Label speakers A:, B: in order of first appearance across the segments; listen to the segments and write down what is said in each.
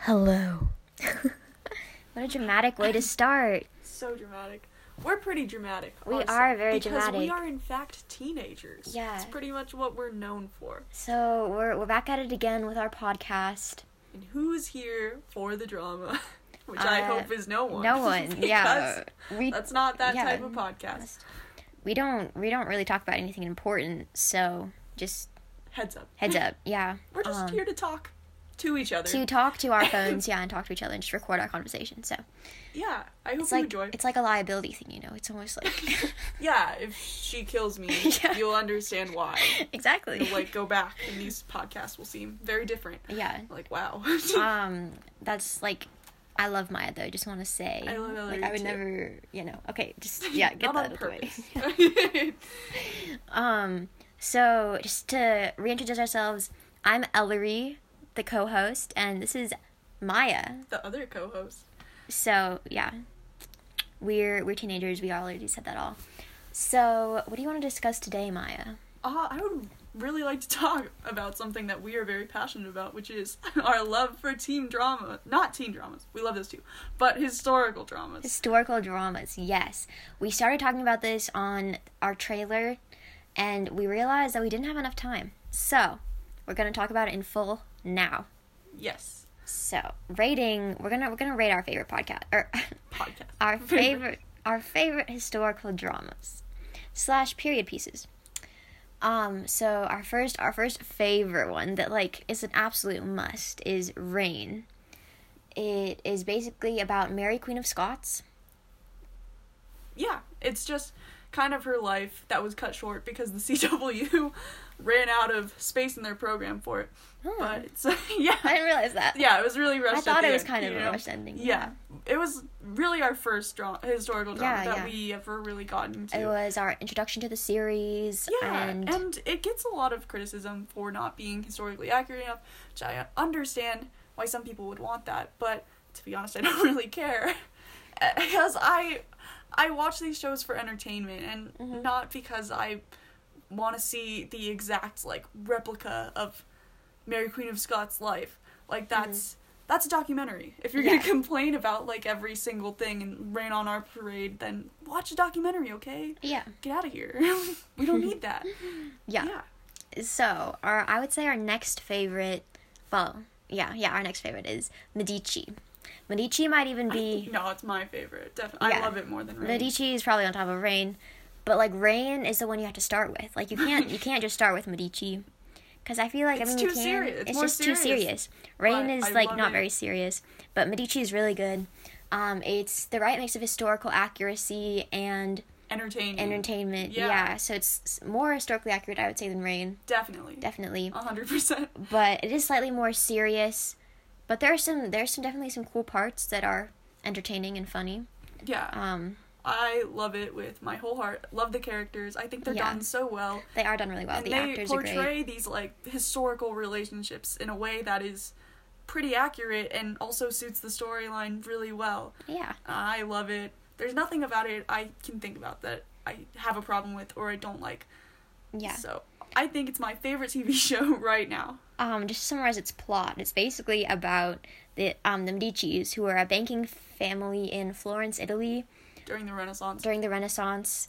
A: Hello. what a dramatic way to start.
B: So dramatic. We're pretty dramatic.
A: We
B: honestly,
A: are very
B: because we
A: dramatic.
B: are in fact teenagers.
A: Yeah.
B: it's pretty much what we're known for.
A: So we're we're back at it again with our podcast.
B: And who's here for the drama? Which I
A: Uh,
B: hope is no one.
A: No one. yeah.
B: Because
A: We
B: That's not that
A: yeah.
B: type of podcast.
A: we don't we don't really talk about anything important, so just
B: Heads up.
A: heads up. Yeah.
B: We're just
A: um,
B: here to talk to each other.
A: to talk to our phones, yeah, and talk to each other and just record our conversation. So
B: yeah, I hope
A: it's
B: you
A: like
B: enjoy.
A: it's like a liability thing, you know. It's almost like
B: Yeah, if she kills me,
A: Yeah.
B: you'll understand why.
A: Exactly.
B: You'll like go back, and these podcasts will seem very different.
A: yeah.
B: Like wow.
A: um that's like I love Maya though. Just want to say,
B: I love Maya
A: like I would
B: too.
A: never, you know. Okay, just yeah, get
B: Not
A: that out
B: on
A: of the way.
B: purpose.
A: Um, so just to reintroduce ourselves, I'm Ellery, the co-host, and this is Maya.
B: the other co-host.
A: So yeah, we're we're teenagers. We already said that all. So what do you want to discuss today, Maya?
B: Uh, I would really like to talk about something that we are very passionate about, which is our love for teen drama. Not teen dramas, we love those too, but historical dramas.
A: Historical dramas, yes. We started talking about this on our trailer and we realized that we didn't have enough time. So, we're going to talk about it in full now.
B: yes,
A: So, rating, we're going to we're going to rate our favorite podcast or
B: podcast.
A: our favorite our favorite historical dramas slash period pieces. Um, so our first our first favorite one that like is an absolute must is Rain. It is basically about Mary Queen of Scots.
B: yeah, it's just kind of her life that was cut short because the CW ran out of space in their program for it.
A: Oh.
B: But it's, yeah,
A: I didn't realize that.
B: yeah, it was really rushed. at
A: thought
B: the
A: it was
B: end,
A: kind of
B: you
A: a
B: know?
A: rushed ending,
B: Yeah. it was really our first dra- historical
A: Yeah,
B: drama that
A: yeah.
B: we ever really got into.
A: It was our introduction to the series.
B: Yeah,
A: and,
B: and, it gets a lot of criticism for not being historically accurate enough, which I understand why some people would want that, but to be honest, I don't really care. Eh, because I I watch these shows for entertainment and not because I want to see the exact like replica of Mary Queen of Scots life. Like that's that's a documentary. If you're
A: Yeah.
B: going to complain about like every single thing and rain on our parade, then watch a documentary, okay?
A: yeah,
B: get out of here. we don't need that.
A: yeah,
B: Yeah.
A: So, our I would say our next favorite, well, yeah, yeah, our next favorite is Medici. Medici might even be
B: No, it's my favorite. Definitely.
A: Yeah.
B: I love it more than Rain.
A: Medici is probably on top of Rain, but like Rain is the one you have to start with. Like you can't you can't just start with Medici, because I feel like
B: It's
A: I mean you
B: too
A: can.
B: serious. It's
A: It's
B: more
A: just too
B: serious.
A: serious. Rain
B: But
A: is
B: I
A: like
B: love
A: not
B: it.
A: very serious, but Medici is really good. Um, it's the right mix of historical accuracy and
B: Entertaining.
A: entertainment. Yeah.
B: Yeah.
A: So it's s- more historically accurate, I would say, than Rain,
B: Definitely.
A: definitely.
B: A 100%.
A: But it is slightly more serious. But there are some, there's some definitely some cool parts that are entertaining and funny.
B: Yeah.
A: Um,
B: I love it with my whole heart. Love the characters. I think they're
A: Yeah.
B: done so well.
A: they are done really well.
B: and
A: the
B: they
A: actors are great.
B: portray these like historical relationships in a way that is pretty accurate and also suits the storyline really well.
A: Yeah.
B: I love it. There's nothing about it I can think about that I have a problem with or I don't like.
A: Yeah.
B: So I think it's my favorite TV show right now.
A: Um, just to summarize its plot, it's basically about the um the Medicis, who are a banking family in Florence, Italy,
B: during the Renaissance.
A: during the Renaissance,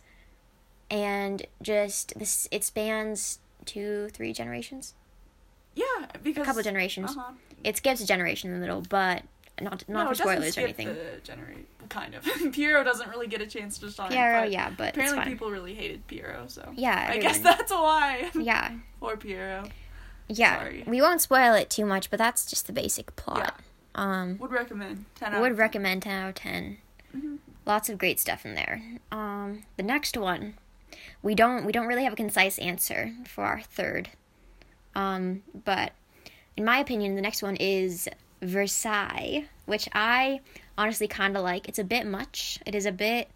A: and just this it spans two, three generations.
B: Yeah, because
A: A couple generations.
B: Uh-huh.
A: It skips a generation in the middle, but not not
B: No,
A: for
B: it doesn't
A: spoilers or
B: skip
A: anything.
B: The genera- kind of. Piero doesn't really get a chance to shine.
A: Piero,
B: but
A: yeah, but it's
B: apparently
A: fine.
B: people really hated Piero, so
A: Yeah,
B: I guess
A: everyone-
B: that's why.
A: Yeah,
B: Poor Piero.
A: yeah.
B: Sorry.
A: We won't spoil it too much, but that's just the basic plot.
B: Yeah.
A: Um,
B: Would recommend ten.
A: I
B: out
A: would
B: of
A: recommend ten out of 10 Lots of great stuff in there. Um, the next one, we don't we don't really have a concise answer for our third, um, but in my opinion, the next one is Versailles, which I honestly kind of like. It's a bit much. It is a bit.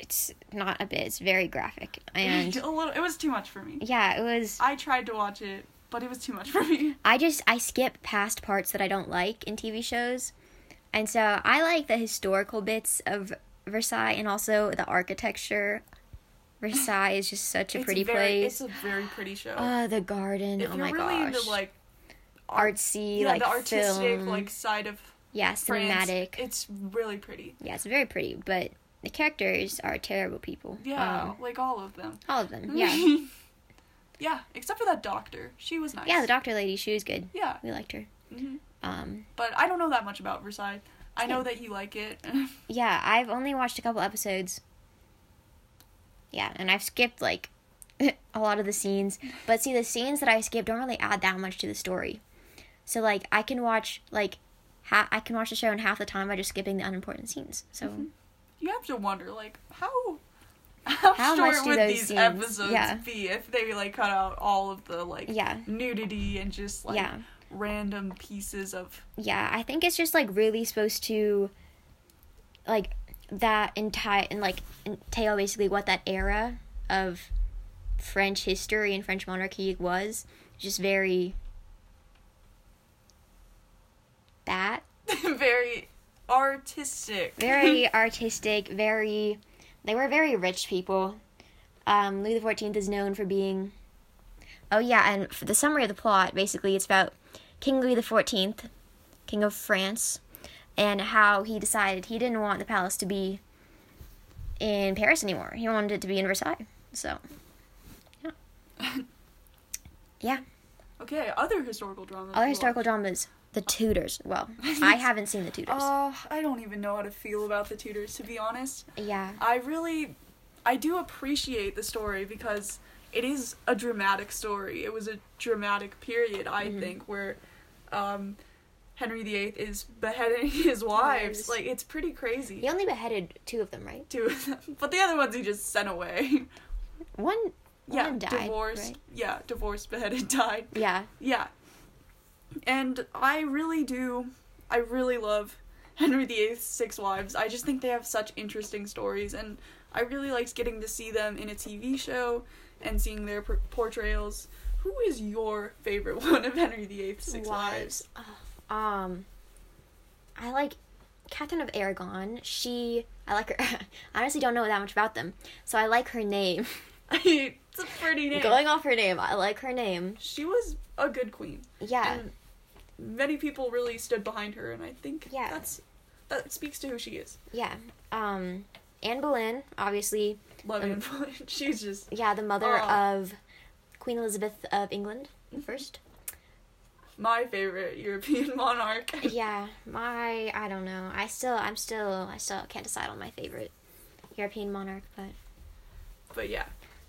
A: It's not a bit. It's very graphic, and
B: a little. It was too much for me.
A: yeah, it was.
B: I tried to watch it, but it was too much for me.
A: I just I skip past parts that I don't like in TV shows. And so I like the historical bits of Versailles and also the architecture. Versailles is just such a
B: It's
A: pretty
B: very-
A: place.
B: It's a very pretty show.
A: Uh, the garden.
B: if
A: oh
B: you're
A: my
B: really
A: gosh.
B: into like art-
A: artsy,
B: yeah,
A: like
B: the artistic
A: film.
B: like side of
A: yeah,
B: France.
A: cinematic.
B: It's really pretty.
A: yeah, it's very pretty, but the characters are terrible people.
B: Yeah,
A: Um,
B: like all of them.
A: all of them. Yeah.
B: yeah, except for that doctor. She was nice.
A: yeah, the doctor lady, she was good.
B: Yeah.
A: We liked her.
B: hmm
A: Um,
B: But I don't know that much about Versailles. I know
A: Yeah.
B: that you like it.
A: yeah, I've only watched a couple episodes. Yeah, and I've skipped like a lot of the scenes, but see the scenes that I skip don't really add that much to the story. So like I can watch like ha- I can watch the show in half the time by just skipping the unimportant scenes. So
B: you have to wonder, like, how how,
A: How
B: short
A: much do
B: would
A: those
B: these
A: scenes-
B: episodes
A: yeah.
B: be if they like cut out all of the like
A: Yeah.
B: nudity and just like
A: Yeah.
B: random pieces of
A: yeah, I think it's just like really supposed to like that entire and like entail basically what that era of French history and French monarchy was. Just very that
B: very artistic.
A: very artistic, very they were very rich people. Um, Louis the Fourteenth is known for being. Oh yeah, and for the summary of the plot basically it's about King Louis the Fourteenth, King of France, and how he decided he didn't want the palace to be in Paris anymore. He wanted it to be in Versailles. So, yeah, yeah.
B: okay, other historical drama.
A: Other historical dramas, The Tudors. Well, I haven't seen The Tudors.
B: Uh, I don't even know how to feel about the Tudors to be honest.
A: yeah,
B: I really, I do appreciate the story because it is a dramatic story. It was a dramatic period, I
A: Mm-hmm.
B: think, where um, Henry VIII is beheading his wives.
A: Wives.
B: Like it's pretty crazy.
A: he only beheaded two of them, right?
B: Two of them, but the other ones he just sent away.
A: One
B: yeah,
A: one died,
B: divorced.
A: right?
B: Yeah, divorced, beheaded, died.
A: Yeah,
B: Yeah. And I really do. I really love Henry VIII's Six Wives. I just think they have such interesting stories, and I really liked getting to see them in a TV show and seeing their por- portrayals. Who is your favorite one of Henry VIII's Six Wives?
A: Oh, um, I like Catherine of Aragon. She, I like her. I honestly don't know that much about them, so I like her name.
B: it's a pretty name.
A: Going off her name, I like her name.
B: she was a good queen.
A: Yeah,
B: And many people really stood behind her, and I think
A: Yeah.
B: that's that speaks to who she is.
A: yeah. Um, Anne Boleyn, obviously,
B: Love
A: Um,
B: and Boleyn. She's just
A: yeah, the mother
B: Oh.
A: of Queen Elizabeth of England the first.
B: my favorite European monarch.
A: yeah, my I don't know. I still, I'm still, I still can't decide on my favorite European monarch, but
B: But yeah.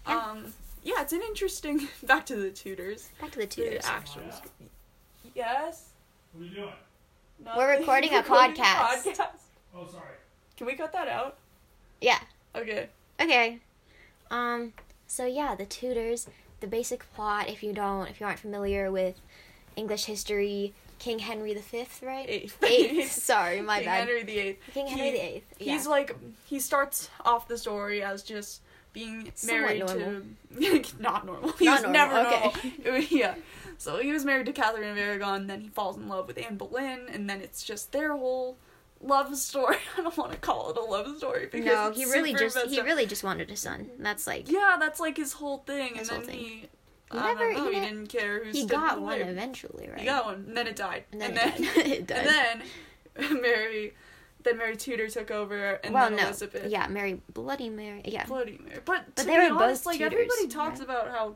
A: Yeah.
B: Um yeah, it's an interesting back to the Tudors.
A: back to the
B: The
A: Tudors.
B: actual Yes.
C: What are you doing?
B: No,
A: We're recording a podcast.
C: Oh, sorry.
B: Can we cut that out?
A: Yeah.
B: Okay.
A: Okay. Um so yeah, the Tudors, the basic plot if you don't if you aren't familiar with English history, King Henry V, right?
B: Eighth.
A: Eighth, sorry, my
B: King
A: bad.
B: Henry the Eighth.
A: King Henry
B: He-
A: VIII. Yeah.
B: He's like he starts off the story as just being
A: Somewhat
B: married to not normal. He
A: Not
B: was
A: normal,
B: never
A: okay.
B: normal. yeah. So he was married to Catherine of Aragon, then he falls in love with Anne Boleyn, and then it's just their whole love story. I don't want to call it a love story because
A: no,
B: it's
A: he really
B: super
A: just he
B: messed up.
A: really just wanted a son. That's like
B: Yeah, that's like his whole thing,
A: His
B: and
A: whole
B: then
A: thing.
B: he,
A: He
B: I
A: never-
B: don't know,
A: he
B: he,
A: ne-
B: didn't care
A: he
B: who stood in
A: got
B: the
A: one
B: way.
A: eventually, right?
B: He got one, and then it died,
A: And then
B: and
A: it died. It died.
B: and then Mary, then Mary Tudor took over, and
A: well,
B: then
A: no.
B: Elizabeth.
A: Yeah, Mary Bloody Mary. Yeah.
B: Bloody Mary. But,
A: But
B: to
A: they
B: be
A: were both
B: honest, like
A: Tudors,
B: everybody talks
A: right?
B: about how,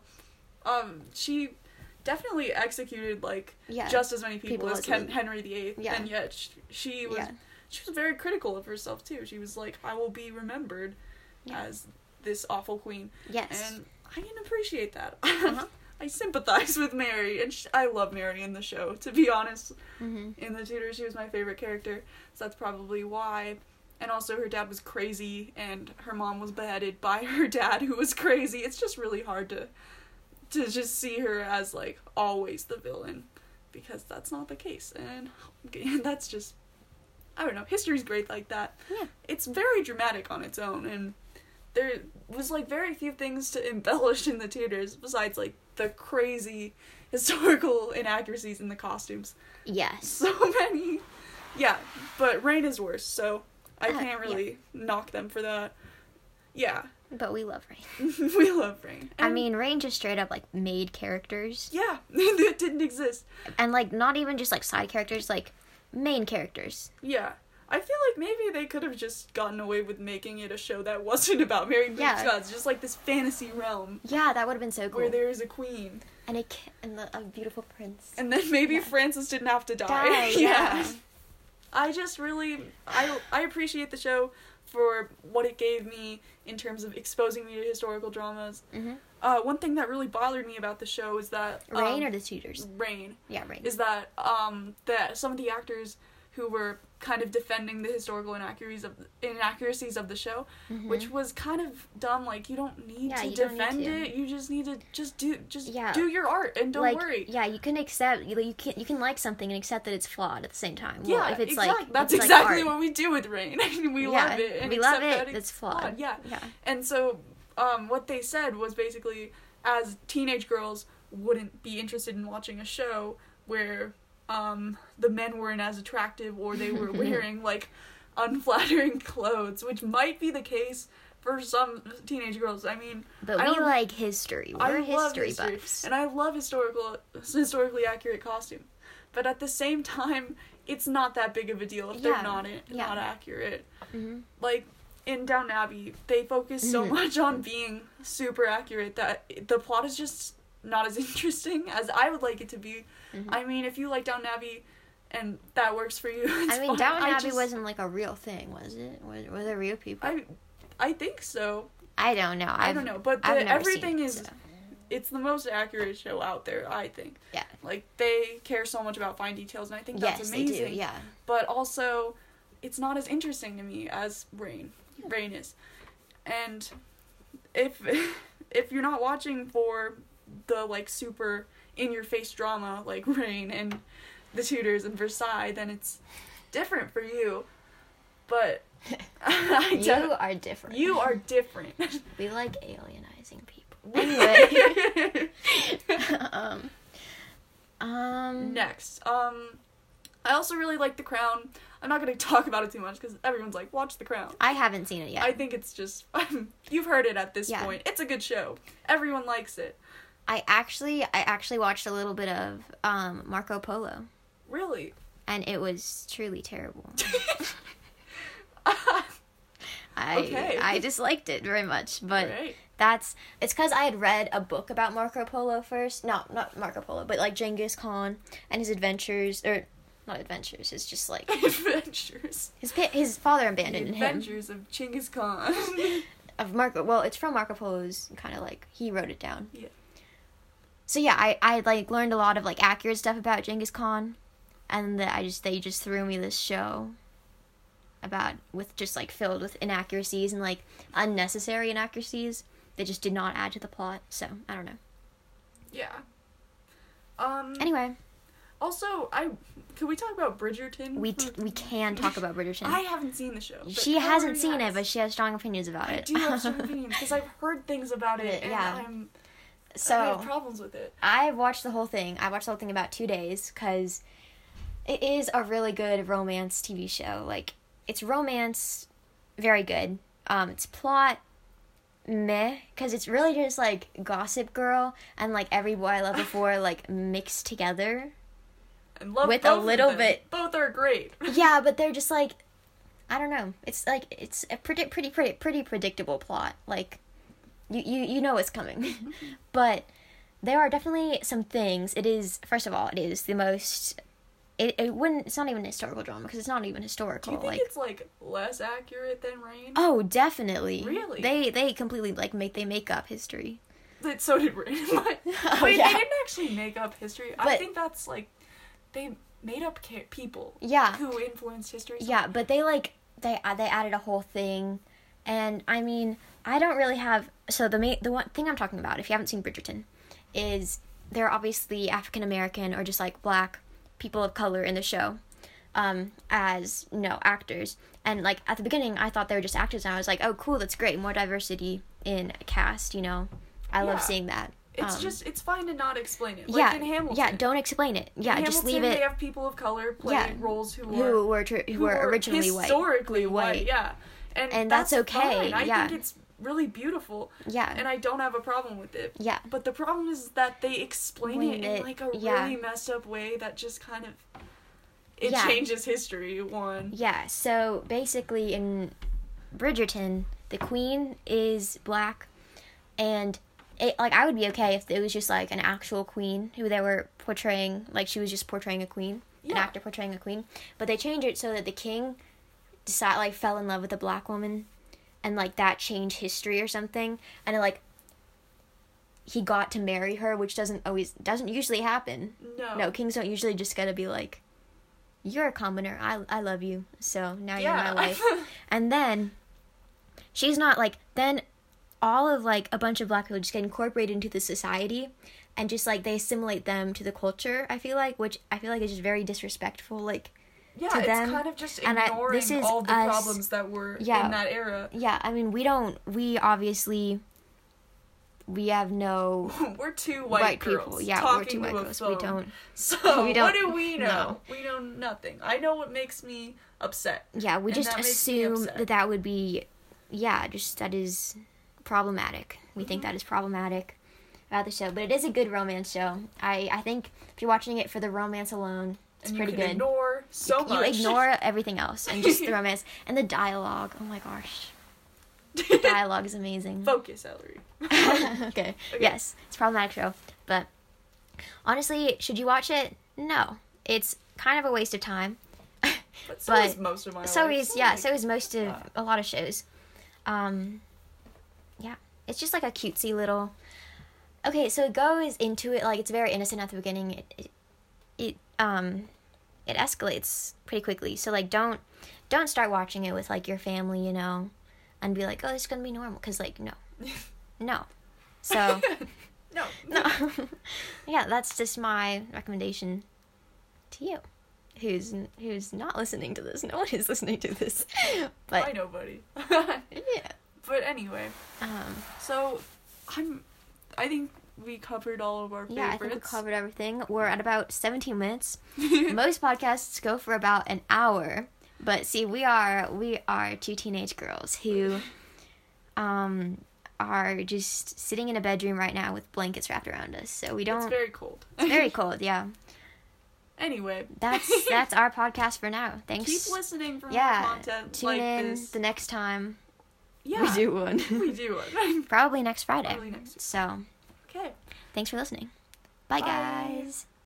B: um, she definitely executed like
A: Yeah.
B: just as many people,
A: People
B: as
A: as
B: Ken-
A: Louis-
B: Henry VIII,
A: Yeah.
B: and yet she, she was
A: Yeah.
B: she was very critical of herself too. She was like, "I will be remembered
A: Yeah.
B: as this awful queen,"
A: Yes.
B: and I can appreciate that.
A: Uh-huh.
B: I sympathize with Mary, and sh I love Mary in the show. To be honest,
A: hmm
B: in the Tudors, she was my favorite character, so that's probably why. And also, her dad was crazy, and her mom was beheaded by her dad, who was crazy. It's just really hard to, to just see her as like always the villain, because that's not the case. And that's just, I don't know. History's great like that.
A: Yeah.
B: It's very dramatic on its own, and there was like very few things to embellish in the Tudors besides like the crazy historical inaccuracies in the costumes
A: Yes.
B: so many. Yeah, but rain is worse, so I
A: Uh,
B: can't
A: yeah.
B: really knock them for that. Yeah,
A: But we love Rain.
B: we love Rain.
A: I
B: And-
A: mean, Rain just straight up like made characters,
B: yeah, that didn't exist.
A: and like not even just like side characters, like main characters.
B: Yeah. I feel like maybe they could have just gotten away with making it a show that wasn't about married
A: Yeah.
B: gods, just like this fantasy realm
A: Yeah, that would have been so cool.
B: where there is a queen.
A: and a ki- and the, a beautiful prince.
B: And then maybe
A: Yeah.
B: Francis didn't have to die.
A: Die, yeah.
B: I just really I I appreciate the show for what it gave me in terms of exposing me to historical dramas.
A: hmm
B: Uh, one thing that really bothered me about the show is that um,
A: Rain or the Tudors?
B: Rain
A: Yeah, Rain.
B: is that um that some of the actors who were kind of defending the historical inaccuracies of inaccuracies of the show, which was kind of dumb. Like you don't need
A: Mm-hmm. Yeah,
B: to
A: you don't need to.
B: defend it. You just need to just do just
A: Yeah.
B: do your art and don't
A: like,
B: worry.
A: Yeah, you can accept you, you can you can like something and accept that it's flawed at the same time. Well,
B: Yeah,
A: if it's
B: exact-
A: like
B: that's
A: it's like
B: exactly
A: art.
B: what we do with rain. we
A: Yeah,
B: love it. And
A: we love
B: accept
A: it.
B: that
A: It's flawed.
B: Yeah,
A: yeah.
B: and so um, what they said was basically, as teenage girls wouldn't be interested in watching a show where um, the men weren't as attractive or they were wearing like unflattering clothes, which might be the case for some teenage girls. I mean,
A: But
B: I
A: we
B: don't-
A: like history. We're
B: I love
A: history,
B: history,
A: buffs.
B: and I love historical, historically accurate costumes. But at the same time, it's not that big of a deal if
A: Yeah,
B: they're not it,
A: yeah.
B: not accurate.
A: Mhm.
B: Like in Down Abbey, they focus so
A: Mhm.
B: much on being super accurate that the plot is just not as interesting as I would like it to be.
A: Mhm.
B: I mean, if you like Down Abbey, and that works for you, it's
A: I mean,
B: fine.
A: Downton
B: I
A: Abbey
B: just-
A: wasn't like a real thing, was it? Were, were there real people?
B: I, I think so.
A: I, don't know.
B: I
A: I've,
B: don't know, but the,
A: I've never seen
B: everything
A: it,
B: is
A: so.
B: it's the most accurate show out there, I think.
A: Yeah.
B: Like they care so much about fine details, and I think that's
A: yes,
B: amazing.
A: they do. Yeah,
B: But also, it's not as interesting to me as Rain. Rain is, and if if you're not watching for the like super in your face drama like Rain and the Tudors and Versailles, then it's different for you. But I
A: you
B: don't-
A: are different.
B: you are different.
A: We like alienizing people. Anyway, um, um,
B: Next, um, I also really like The Crown. I'm not gonna talk about it too much because everyone's like, watch The Crown.
A: I haven't seen it yet.
B: I think it's just you've heard it at this
A: Yeah.
B: point. It's a good show. Everyone likes it.
A: I actually I actually watched a little bit of um, Marco Polo
B: Really.
A: and it was truly terrible. I
B: Okay.
A: I disliked it very much, but
B: right.
A: that's it's cuz I had read a book about Marco Polo first. No, not Marco Polo, but like Genghis Khan and his adventures or not adventures, it's just like
B: Adventures.
A: his pa- his father
B: The
A: abandoned him.
B: Adventures of Chinggis Khan.
A: Of Marco, well, it's from Marco Polo's kind of like he wrote it down.
B: Yeah.
A: So yeah, I I like learned a lot of like accurate stuff about Genghis Khan, and that I just they just threw me this show. About with just like filled with inaccuracies and like unnecessary inaccuracies that just did not add to the plot. So I don't know.
B: yeah. Um.
A: Anyway,
B: Also, I can we talk about Bridgerton?
A: we
B: for-
A: t- we can talk about Bridgerton.
B: I haven't seen the show. but
A: she hasn't seen
B: everyone
A: it,
B: has.
A: but she has strong opinions about
B: I
A: it.
B: do have strong opinions because I've heard things about it, and
A: Yeah.
B: I'm I have
A: so
B: problems with it.
A: I watched the whole thing. I watched the whole thing about two days because it is a really good romance TV show. Like it's romance, very good. Um, it's plot meh because it's really just like Gossip Girl and like Every Boy I Loved Before like mixed together.
B: And love
A: With a
B: both of
A: little
B: them.
A: bit-
B: Both are great.
A: Yeah, but they're just like I don't know. It's like it's a pretty pretty pretty pretty predictable plot. Like you you you know it's coming. but there are definitely some things. It is first of all, it is the most it, it wouldn't it's not even a historical drama because it's not even
B: Do
A: historical
B: you think
A: Oh, like
B: it's like less accurate than Rain?
A: Oh, definitely.
B: Really?
A: They they completely like make they make up history.
B: That so did Rain. Like,
A: Oh,
B: Wait,
A: yeah.
B: they didn't actually make up history. I
A: But-
B: think that's like they made up ca- people
A: Yeah.
B: who influenced history. so-
A: Yeah, but they like they uh, they added a whole thing, and I mean I don't really have so the main the one thing I'm talking about if you haven't seen Bridgerton, is there are obviously African American or just like black people of color in the show, um as you know actors and like at the beginning I thought they were just actors and I was like oh cool that's great more diversity in a cast you know I
B: Yeah.
A: love seeing that
B: It's
A: Um,
B: just it's fine to not explain it. Like
A: yeah
B: in Hamilton.
A: yeah don't explain it yeah
B: In
A: just
B: Hamilton,
A: leave it
B: They have people of color play
A: Yeah.
B: roles who,
A: who
B: were
A: were tr- who, were originally white
B: historically white.
A: white.
B: Yeah, and
A: And that's okay,
B: fine. I
A: yeah.
B: think it's really beautiful.
A: Yeah.
B: And I don't have a problem with it.
A: Yeah.
B: But the problem is that they explain
A: When
B: it in
A: it-
B: like a
A: yeah.
B: really messed up way that just kind of it
A: Yeah.
B: changes history one.
A: Yeah, so basically in Bridgerton, the queen is black and it like I would be okay if it was just like an actual queen who they were portraying like she was just portraying a queen, an
B: Yeah.
A: actor portraying a queen, but they changed it so that the king decide like fell in love with a black woman and like that changed history or something and it, like he got to marry her, which doesn't always doesn't usually happen.
B: No.
A: No, kings don't usually just gotta be like, you're a commoner. I I love you. So now you're
B: Yeah.
A: in my life. and then she's not like then all of like a bunch of black people just get incorporated into the society and just like they assimilate them to the culture i feel like which i feel like is just very disrespectful like
B: yeah,
A: to
B: it's
A: them,
B: kind of just
A: and I-
B: ignoring
A: this is
B: all the
A: us-
B: problems that were
A: Yeah.
B: in that era.
A: yeah i mean we don't we obviously we have no
B: we're two white,
A: White people,
B: girls
A: yeah, we're
B: talking
A: two white
B: to a
A: girls. We
B: phone.
A: don't-
B: So
A: we
B: what
A: don't
B: do we know?
A: know.
B: We know nothing. I know what makes me upset.
A: yeah we
B: And
A: just
B: that makes me
A: assume
B: upset.
A: that that would be yeah just that is problematic we think
B: Mm-hmm.
A: that is problematic about the show but it is a good romance show i i think if you're watching it for the romance alone it's
B: and
A: pretty
B: you can
A: good
B: Ignore so
A: you
B: much.
A: ignore everything else and just the romance and the dialogue oh my gosh dialogue is amazing
B: Focus, Ellery.
A: okay. Yes, it's a problematic show, but honestly, should you watch it? No, it's kind of a waste of time.
B: But so
A: But-
B: is most of my
A: so
B: life.
A: is yeah.
B: like-
A: So is most of
B: yeah.
A: a lot of shows. Um, yeah, it's just like a cutesy little. Okay, so it goes into it like it's very innocent at the beginning. It, it, it um, it escalates pretty quickly. So like don't don't start watching it with like your family, you know, and be like, oh, it's gonna be normal, because like no, no. So
B: no,
A: no, yeah, that's just my recommendation to you, who's who's not listening to this. No one is listening to this,
B: I
A: but
B: know, buddy.
A: yeah,
B: but anyway,
A: um,
B: so I'm. I think we covered all of our
A: yeah, I think we
B: favorites.
A: covered everything. We're at about seventeen minutes. Most podcasts go for about an hour, but see, we are we are two teenage girls who, um, are just sitting in a bedroom right now with blankets wrapped around us, so we don't.
B: it's very cold.
A: very cold, yeah.
B: anyway,
A: That's that's our podcast for now. Thanks.
B: keep listening for more
A: yeah
B: content
A: tune
B: like
A: in
B: this.
A: the next time
B: yeah,
A: we do one
B: We do.
A: probably next friday
B: Probably next week.
A: so
B: okay.
A: thanks for listening bye,
B: Bye.
A: guys